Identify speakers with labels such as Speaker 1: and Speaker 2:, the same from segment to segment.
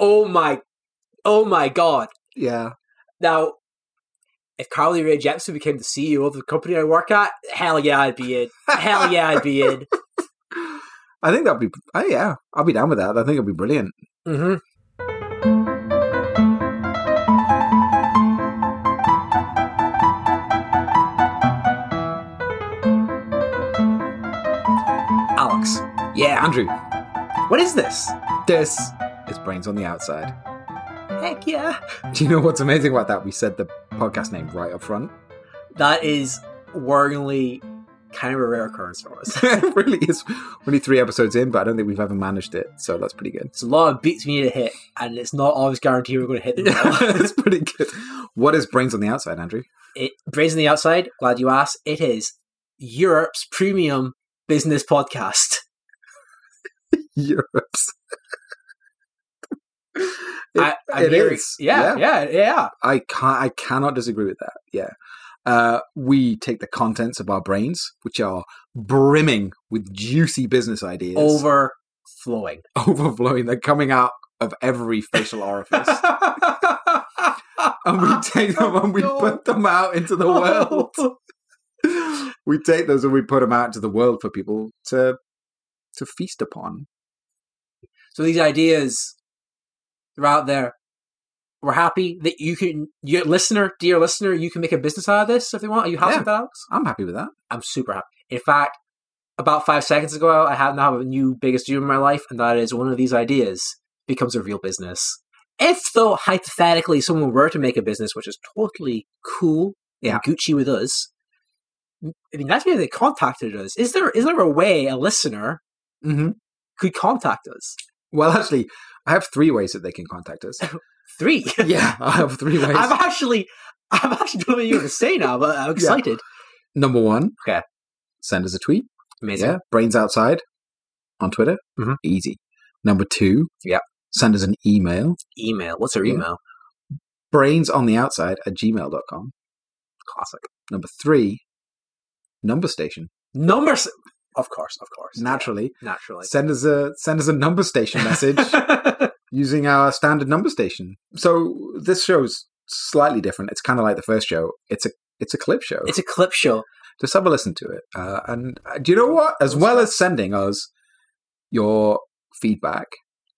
Speaker 1: oh my, oh my god.
Speaker 2: Yeah.
Speaker 1: Now, if Carly Rae Jepsen became the CEO of the company I work at, hell yeah, I'd be in. hell yeah, I'd be in.
Speaker 2: I think that'd be. Oh yeah, I'll be down with that. I think it'd be brilliant.
Speaker 1: Mm-hmm.
Speaker 2: Alex. Yeah, Andrew. What is this? This is Brains on the Outside.
Speaker 1: Heck yeah.
Speaker 2: Do you know what's amazing about that? We said the podcast name right up front.
Speaker 1: That is worryingly kind of a rare occurrence for us.
Speaker 2: it really is. We're only three episodes in, but I don't think we've ever managed it, so that's pretty good.
Speaker 1: It's a lot of beats we need to hit, and it's not always guaranteed we're going to hit them. all.
Speaker 2: it's pretty good. What is Brains on the Outside, Andrew?
Speaker 1: it, Brains on the Outside, glad you asked. It is Europe's premium business podcast.
Speaker 2: Europe's. It-
Speaker 1: I, I'm
Speaker 2: it
Speaker 1: hearing-
Speaker 2: is.
Speaker 1: Yeah, yeah, yeah,
Speaker 2: I can't. I cannot disagree with that. Yeah, uh, we take the contents of our brains, which are brimming with juicy business ideas,
Speaker 1: Overflowing.
Speaker 2: overflowing. They're coming out of every facial orifice, and we take
Speaker 1: Oh
Speaker 2: them and we
Speaker 1: No.
Speaker 2: put them out into the
Speaker 1: Oh.
Speaker 2: world. we take those and we put them out into the world for people to to feast upon.
Speaker 1: So these ideas, they're out there. We're happy that you can, your listener, dear listener, you can make a business out of this if they want. Are you happy
Speaker 2: Yeah.
Speaker 1: with that, Alex?
Speaker 2: I'm happy with that.
Speaker 1: I'm super happy. In fact, about five seconds ago, I have now have a new biggest dream in my life, and that is one of these ideas becomes a real business. If though hypothetically someone were to make a business, which is totally cool,
Speaker 2: Yeah.
Speaker 1: and Gucci with us, I mean that's maybe they contacted us. Is there is there a way a listener
Speaker 2: Mm-hmm.
Speaker 1: could contact us?
Speaker 2: Well, actually, I have three ways that they can contact us.
Speaker 1: Three.
Speaker 2: yeah, I have three ways.
Speaker 1: I'm actually I'm actually don't know what you're gonna say now, but I'm excited.
Speaker 2: Number one,
Speaker 1: Okay.
Speaker 2: send us a tweet.
Speaker 1: Amazing.
Speaker 2: Yeah, brains outside on Twitter,
Speaker 1: Mhm.
Speaker 2: easy. Number two,
Speaker 1: Yeah.
Speaker 2: send us an email,
Speaker 1: Email. What's our
Speaker 2: Yeah.
Speaker 1: email?
Speaker 2: brains on the outside at gmail.com.
Speaker 1: Classic.
Speaker 2: Number three, number station.
Speaker 1: Numbers of course, of course.
Speaker 2: Naturally,
Speaker 1: Yeah, naturally.
Speaker 2: send us a send us a number station message using our standard number station. So this show's slightly different. It's kind of like the first show. It's a it's a clip show.
Speaker 1: it's a clip show.
Speaker 2: just have a listen to it. Uh, and uh, do you know what? As well as sending us your feedback,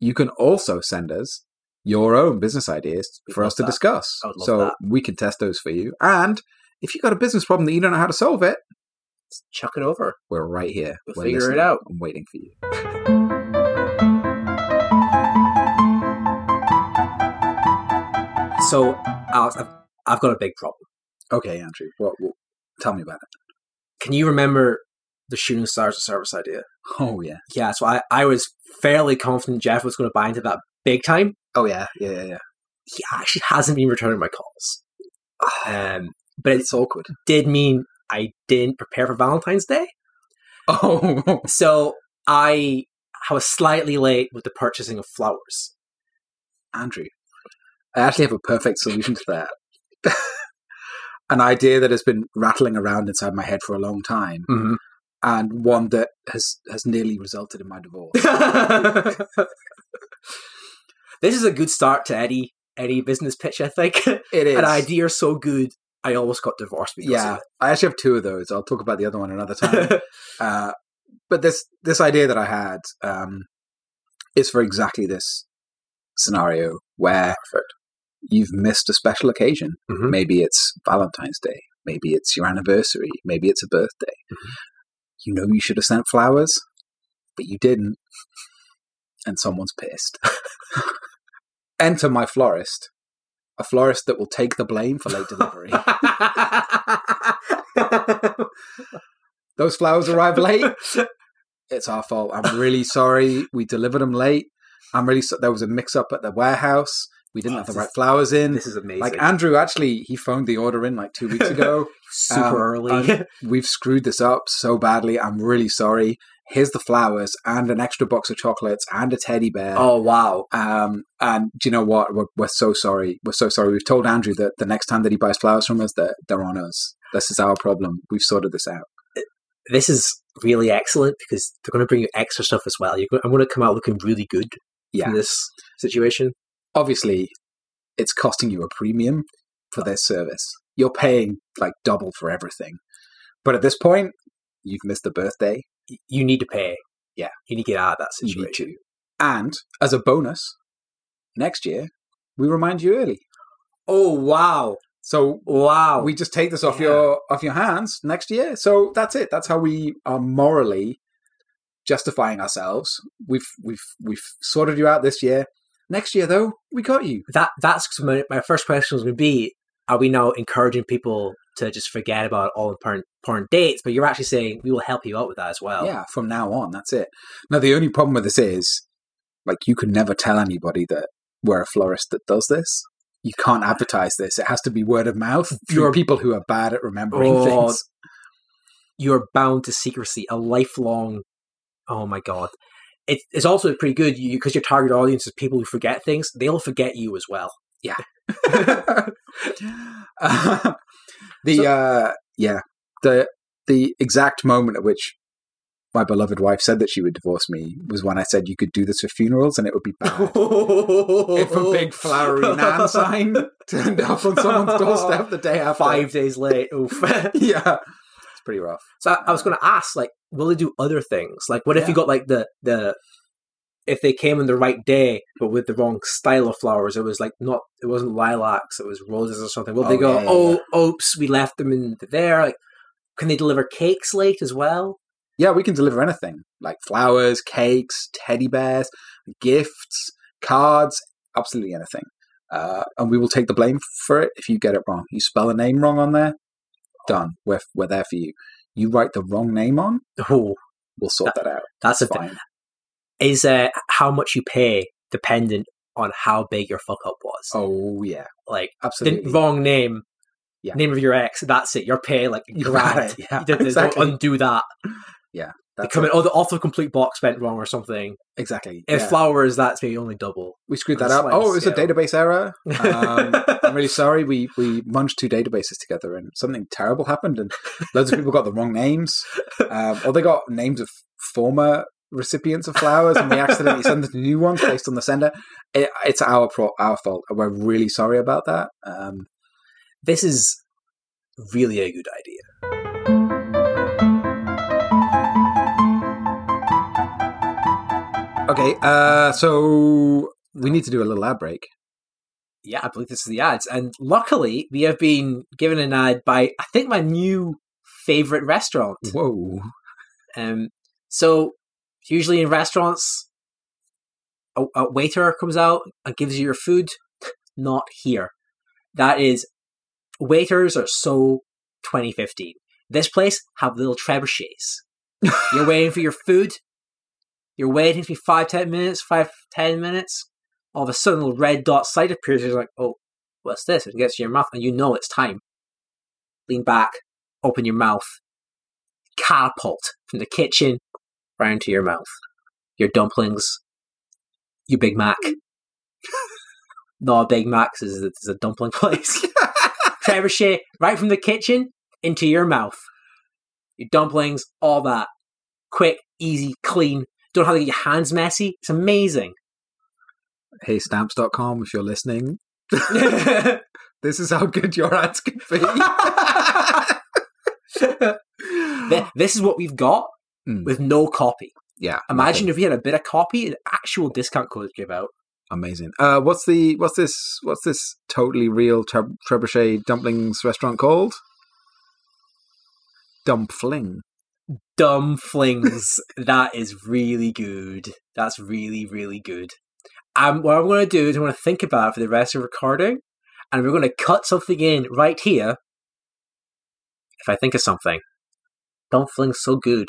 Speaker 2: you can also send us your own business ideas
Speaker 1: We'd
Speaker 2: for
Speaker 1: love
Speaker 2: us to
Speaker 1: that.
Speaker 2: discuss.
Speaker 1: I would love
Speaker 2: So
Speaker 1: that.
Speaker 2: we can test those for you. And if you've got a business problem that you don't know how to solve it,
Speaker 1: Chuck it over.
Speaker 2: we're right here.
Speaker 1: We'll
Speaker 2: We're
Speaker 1: figure it
Speaker 2: listening
Speaker 1: out.
Speaker 2: and waiting for you.
Speaker 1: So, Alex, I've, I've got a big problem.
Speaker 2: Okay, Andrew, what, what, tell me about it.
Speaker 1: Can you remember the shooting stars of service idea?
Speaker 2: Oh, yeah.
Speaker 1: Yeah, so I, I was fairly confident Jeff was going to buy into that big time.
Speaker 2: Oh, yeah. Yeah, yeah, yeah.
Speaker 1: He actually hasn't been returning my calls. Um, but it
Speaker 2: It's awkward.
Speaker 1: did mean I didn't prepare for Valentine's Day.
Speaker 2: Oh,
Speaker 1: So I, I was slightly late with the purchasing of flowers.
Speaker 2: Andrew, I actually have a perfect solution to that. An idea that has been rattling around inside my head for a long time,
Speaker 1: Mm-hmm.
Speaker 2: and one that has has nearly resulted in my divorce.
Speaker 1: this is a good start to any any business pitch, I think.
Speaker 2: It is
Speaker 1: an idea so good, I almost got divorced because
Speaker 2: Yeah, I actually have two of those. I'll talk about the other one another
Speaker 1: of
Speaker 2: time.
Speaker 1: it.
Speaker 2: uh, but this this idea that I had um, is for exactly this scenario where you've missed a special occasion.
Speaker 1: Mhm.
Speaker 2: Maybe it's Valentine's Day. Maybe it's your anniversary. Maybe it's a birthday. You know you should have sent flowers, but you didn't, and someone's pissed. Enter my florist, a florist that will take the blame for late delivery. Those flowers arrive late. it's our fault. I'm really sorry. We delivered them late. I'm really so- there was a mix up at the warehouse. We didn't
Speaker 1: Oh,
Speaker 2: have the
Speaker 1: this
Speaker 2: right flowers in.
Speaker 1: this is amazing.
Speaker 2: Like Andrew, actually, he phoned the order in like two weeks ago.
Speaker 1: super
Speaker 2: um,
Speaker 1: early.
Speaker 2: We've screwed this up so badly. I'm really sorry. Here's the flowers and an extra box of chocolates and a teddy bear.
Speaker 1: oh wow.
Speaker 2: Um, and do you know what? We're, we're so sorry. We're so sorry. We've told Andrew that the next time that he buys flowers from us, that they're on us. This is our problem. We've sorted this out.
Speaker 1: This is really excellent because they're going to bring you extra stuff as well. You're going, I'm going to come out looking really good
Speaker 2: Yeah.
Speaker 1: from this situation.
Speaker 2: obviously it's costing you a premium for their service. You're paying like double for everything. But at this point, you've missed the birthday.
Speaker 1: Y- You need to pay.
Speaker 2: Yeah.
Speaker 1: You need to get out of that
Speaker 2: You need
Speaker 1: situation.
Speaker 2: to. And as a bonus, next year, we remind you early.
Speaker 1: Oh, wow.
Speaker 2: So
Speaker 1: Wow.
Speaker 2: we just take this off
Speaker 1: Yeah.
Speaker 2: your off your hands next year. So that's it. That's how we are morally justifying ourselves. We've we've we've sorted you out this year. Next year though, we got you.
Speaker 1: that that's 'cause my, my first question was going to be are we now encouraging people to just forget about all important, important dates but you're actually saying we will help you out with that as well
Speaker 2: Yeah, from now on, that's it. Now the only problem with this is like you can never tell anybody that we're a florist that does this. You can't advertise this. It has to be word of mouth through
Speaker 1: You're-
Speaker 2: people who are bad at remembering
Speaker 1: Oh,
Speaker 2: things.
Speaker 1: you're bound to secrecy a lifelong oh my god it, it's also pretty good because your target audience is people who forget things they'll forget you as well
Speaker 2: Uh, the
Speaker 1: So-
Speaker 2: uh, yeah the the exact moment at which my beloved wife said that she would divorce me was when I said you could do this for funerals and it would be bad. if a big flowery nan sign turned up on someone's doorstep the day after,
Speaker 1: five days late oof
Speaker 2: yeah, it's pretty rough.
Speaker 1: So I, I was going to ask, like, will they do other things? Like, what if you got like the the if they came on the right day but with the wrong style of flowers? It was like not, it wasn't lilacs, it was roses or something. Will they
Speaker 2: Oh,
Speaker 1: go,
Speaker 2: yeah, yeah,
Speaker 1: oh, oops, we left them in there? Like, can they deliver cakes late as well?
Speaker 2: Yeah, we can deliver anything like flowers, cakes, teddy bears, gifts, cards, absolutely anything. Uh, and we will take the blame for it if you get it wrong. You spell a name wrong on there, done. We're, we're there for you. You write the wrong name on,
Speaker 1: Oh,
Speaker 2: we'll sort that out.
Speaker 1: that's a
Speaker 2: It's
Speaker 1: thing.
Speaker 2: fine.
Speaker 1: Is uh, how much you pay dependent on how big your fuck up was?
Speaker 2: Oh, yeah,
Speaker 1: Like, the
Speaker 2: absolutely.
Speaker 1: wrong name,
Speaker 2: Yeah.
Speaker 1: name of your ex, that's it. You're paying like
Speaker 2: You got
Speaker 1: grand.
Speaker 2: it, yeah,
Speaker 1: Don't- don't
Speaker 2: exactly.
Speaker 1: undo that.
Speaker 2: That's
Speaker 1: they come
Speaker 2: it.
Speaker 1: in, oh, the author complete box went wrong or something.
Speaker 2: Exactly.
Speaker 1: If
Speaker 2: yeah.
Speaker 1: flowers, that's maybe only double.
Speaker 2: we screwed
Speaker 1: on
Speaker 2: that
Speaker 1: a
Speaker 2: up.
Speaker 1: sliding
Speaker 2: Oh, it was a
Speaker 1: scale.
Speaker 2: database error. Um, I'm
Speaker 1: Um,
Speaker 2: really sorry. We we munched two databases together, and something terrible happened, and loads of people got the wrong names, um, or they got names of former recipients of flowers, and we accidentally sent them to new ones based on the sender. It, it's our pro- our fault. and We're really sorry about that. Um,
Speaker 1: this is really a good idea.
Speaker 2: okay, uh, so we need to do a little ad break.
Speaker 1: Yeah, I believe this is the ads. And luckily, we have been given an ad by, I think, my new favorite restaurant.
Speaker 2: Whoa!
Speaker 1: Um, so, usually in restaurants, a, a waiter comes out and gives you your food. Not here. That is, waiters are so 2015. This place have little trebuchets. You're waiting for your food. You're waiting for five, ten minutes, five, ten minutes. All of a sudden, a little red dot sight appears. You're like, oh, what's this? It gets to your mouth, and you know it's time. Lean back, open your mouth. Catapult from the kitchen right into your mouth. Your dumplings, your Big Mac. no, Big Macs is a, is a dumpling place. Trebuchet, right from the kitchen into your mouth. Your dumplings, all that. Quick, easy, clean. Don't have to get your hands messy. It's amazing.
Speaker 2: Hey, stamps.com, if you're listening, this is how good your ads can be.
Speaker 1: Th- this is what we've got
Speaker 2: Mm.
Speaker 1: with no copy.
Speaker 2: Yeah.
Speaker 1: Imagine if we had a bit of copy and actual discount code to give out.
Speaker 2: amazing. Uh, what's the what's this what's this totally real tre- trebuchet dumplings restaurant called? Dumpling.
Speaker 1: Dumb flings. that is really good. That's really, really good. Um, what I'm going to do is I'm going to think about it for the rest of recording, and we're going to cut something in right here. If I think of something, dumb flings so good.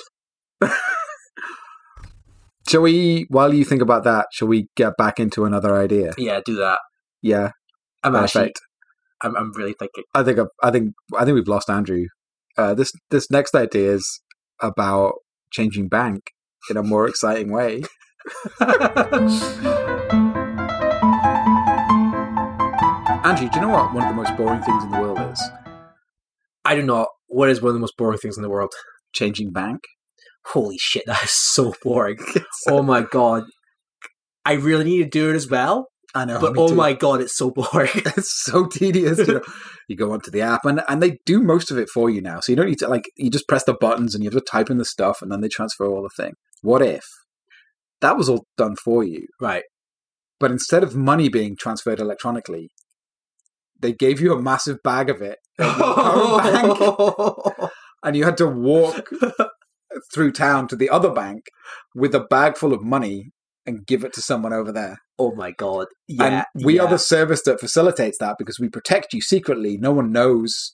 Speaker 2: Shall we? While you think about that, shall we get back into another idea?
Speaker 1: Yeah, do that.
Speaker 2: Yeah,
Speaker 1: I'm actually,
Speaker 2: perfect.
Speaker 1: I'm, I'm really thinking.
Speaker 2: I think I think I think we've lost Andrew. Uh, this this next idea is about changing bank in a more exciting way. Andrew, do you know what one of the most boring things in the world is?
Speaker 1: I do not. What is one of the most boring things in the world?
Speaker 2: Changing bank.
Speaker 1: holy shit, that is so boring. oh my god. I really need to do it as well.
Speaker 2: I know.
Speaker 1: but
Speaker 2: me
Speaker 1: oh
Speaker 2: too.
Speaker 1: my god, it's so boring.
Speaker 2: it's so tedious. You, know. you go onto the app, and and they do most of it for you now. So you don't need to like you just press the buttons and you have to type in the stuff, and then they transfer all the thing. What if that was all done for you,
Speaker 1: right.
Speaker 2: but instead of money being transferred electronically, they gave you a massive bag of it, and you had to walk through town to the other bank with a bag full of money and give it to someone over there.
Speaker 1: oh my god. Yeah.
Speaker 2: and we
Speaker 1: yeah.
Speaker 2: are the service that facilitates that because we protect you secretly. No one knows.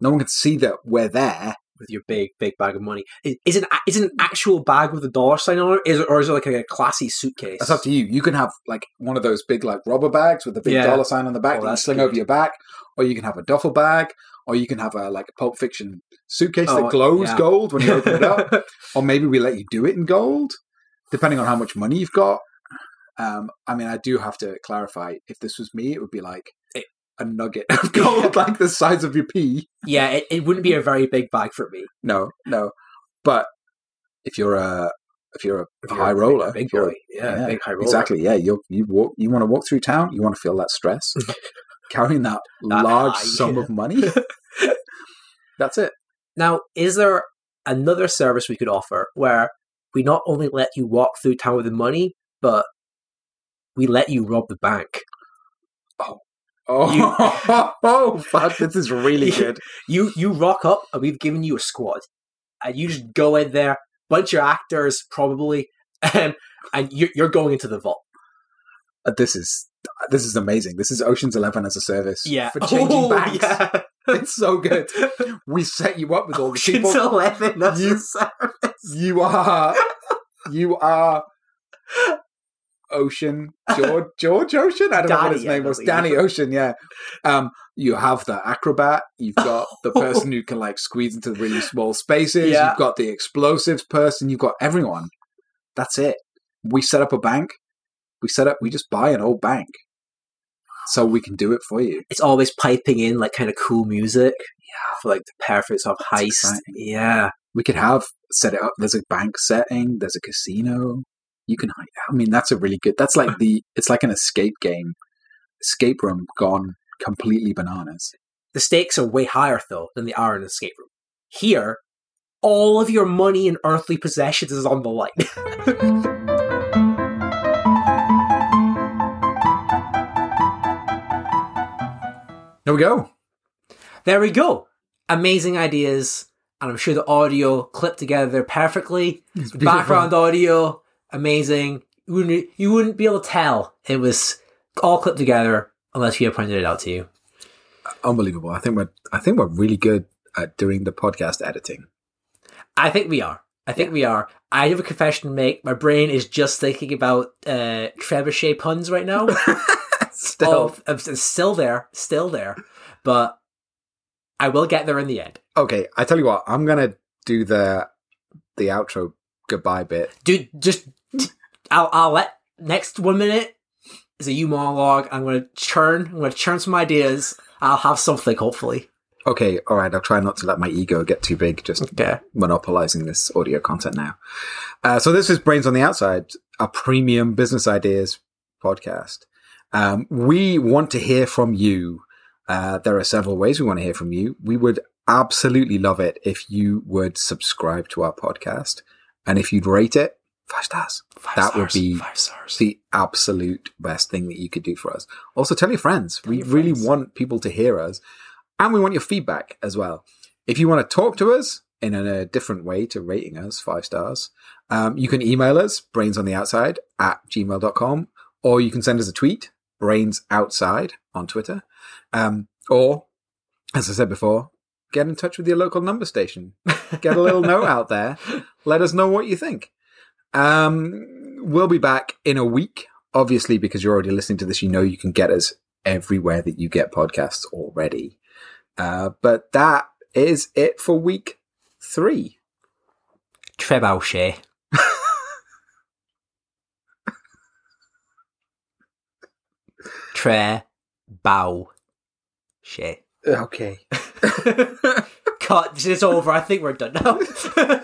Speaker 2: No one can see that we're there.
Speaker 1: with your big big bag of money. Is, is it is it an actual bag with a dollar sign on it? Is it or is it like a classy suitcase?
Speaker 2: That's up to you. You can have like one of those big like rubber bags with a big
Speaker 1: Yeah.
Speaker 2: dollar sign on the back
Speaker 1: Oh,
Speaker 2: that you
Speaker 1: that's
Speaker 2: sling
Speaker 1: good.
Speaker 2: over your back, or you can have a duffel bag, or you can have a like Pulp Fiction suitcase
Speaker 1: Oh,
Speaker 2: that glows
Speaker 1: yeah.
Speaker 2: gold when you open it up, or maybe we let you do it in gold, depending on how much money you've got. Um, I mean, I do have to clarify. If this was me, it would be like
Speaker 1: It-
Speaker 2: a nugget of gold, like the size of your pea.
Speaker 1: yeah, it, it wouldn't be a very big bag for me.
Speaker 2: No, no. But if you're a if you're a
Speaker 1: If
Speaker 2: A
Speaker 1: you're
Speaker 2: high
Speaker 1: big-
Speaker 2: roller,
Speaker 1: big
Speaker 2: if you're-
Speaker 1: boy. Yeah,
Speaker 2: yeah,
Speaker 1: big high roller.
Speaker 2: exactly, yeah, you you walk you want to walk through town, you want to feel that stress, carrying that,
Speaker 1: That
Speaker 2: large
Speaker 1: high,
Speaker 2: sum
Speaker 1: yeah.
Speaker 2: of money. That's it.
Speaker 1: Now, is there another service we could offer where we not only let you walk through town with the money, but we let you rob the bank?
Speaker 2: Oh,
Speaker 1: You-
Speaker 2: oh, fuck! This is really
Speaker 1: You-
Speaker 2: good.
Speaker 1: You you rock up and we've given you a squad. And you just go in there, bunch of actors probably, and and you're, you're going into the vault.
Speaker 2: Uh, This is this is amazing. This is Ocean's Eleven as a service.
Speaker 1: Yeah.
Speaker 2: for changing
Speaker 1: Oh,
Speaker 2: banks.
Speaker 1: yeah.
Speaker 2: It's so good. We set you up with all the people.
Speaker 1: Ocean's Eleven. That's
Speaker 2: You-
Speaker 1: a service.
Speaker 2: You are. You are. Ocean George George Ocean. I don't know what his
Speaker 1: Danny, I
Speaker 2: name was.
Speaker 1: believe.
Speaker 2: Danny Ocean. Yeah. Um. You have the acrobat. You've got the person who can like squeeze into really small spaces.
Speaker 1: Yeah.
Speaker 2: You've got the explosives person. You've got everyone. That's it. We set up a bank. We set up. We just buy an old bank, so we can do it for you.
Speaker 1: It's always piping in like kind of cool music. Yeah. For like the perfect sort of
Speaker 2: It's
Speaker 1: heist.
Speaker 2: exciting.
Speaker 1: Yeah.
Speaker 2: we could have set it up. There's a bank setting. There's a casino. You can hide. I mean, that's a really good. That's like the. It's like an escape game, escape room gone completely bananas.
Speaker 1: The stakes are way higher though than they are in an escape room. Here, all of your money and earthly possessions is on the line.
Speaker 2: There we go.
Speaker 1: there we go. Amazing ideas. And I'm sure the audio clipped together perfectly.
Speaker 2: It's
Speaker 1: Background audio, amazing. You wouldn't, you wouldn't be able to tell it was all clipped together unless we had pointed it out to you.
Speaker 2: unbelievable. I think we're. I think we're really good at doing the podcast editing.
Speaker 1: I think we are. I think we are. I have a confession to make. My brain is just thinking about uh, trebuchet puns right now.
Speaker 2: Still,
Speaker 1: Oh, I'm s- still there, still there, but I will get there in the end.
Speaker 2: okay. I tell you what. I'm gonna do the the outro goodbye bit.
Speaker 1: Dude, just I'll I'll let next one minute is a you monologue. I'm gonna churn. I'm gonna churn some ideas. I'll have something hopefully.
Speaker 2: Okay, all right. I'll try not to let my ego get too big. Just
Speaker 1: Okay.
Speaker 2: monopolizing this audio content now. Uh, so this is Brains on the Outside, a premium business ideas podcast. Um, we want to hear from you. Uh, there are several ways we want to hear from you. We would absolutely love it if you would subscribe to our podcast and if you'd rate it five stars.
Speaker 1: Five
Speaker 2: That would
Speaker 1: stars,
Speaker 2: be
Speaker 1: five stars.
Speaker 2: It's the absolute best thing that you could do for us. Also, tell your friends. we
Speaker 1: your
Speaker 2: really
Speaker 1: friends.
Speaker 2: want people to hear us, and we want your feedback as well. If you want to talk to us in a, different way to rating us five stars, um, you can email us brainsontheoutside at gmail.com, or you can send us a tweet, brains outside on Twitter. Um, or, as I said before, get in touch with your local number station. Get a little note out there. Let us know what you think. Um, we'll be back in a week. Obviously, because you're already listening to this, you know you can get us everywhere that you get podcasts already. Uh, but that is it for week three.
Speaker 1: Trebuchet. Trebuchet.
Speaker 2: Okay.
Speaker 1: Cut. It's over. I think we're done now.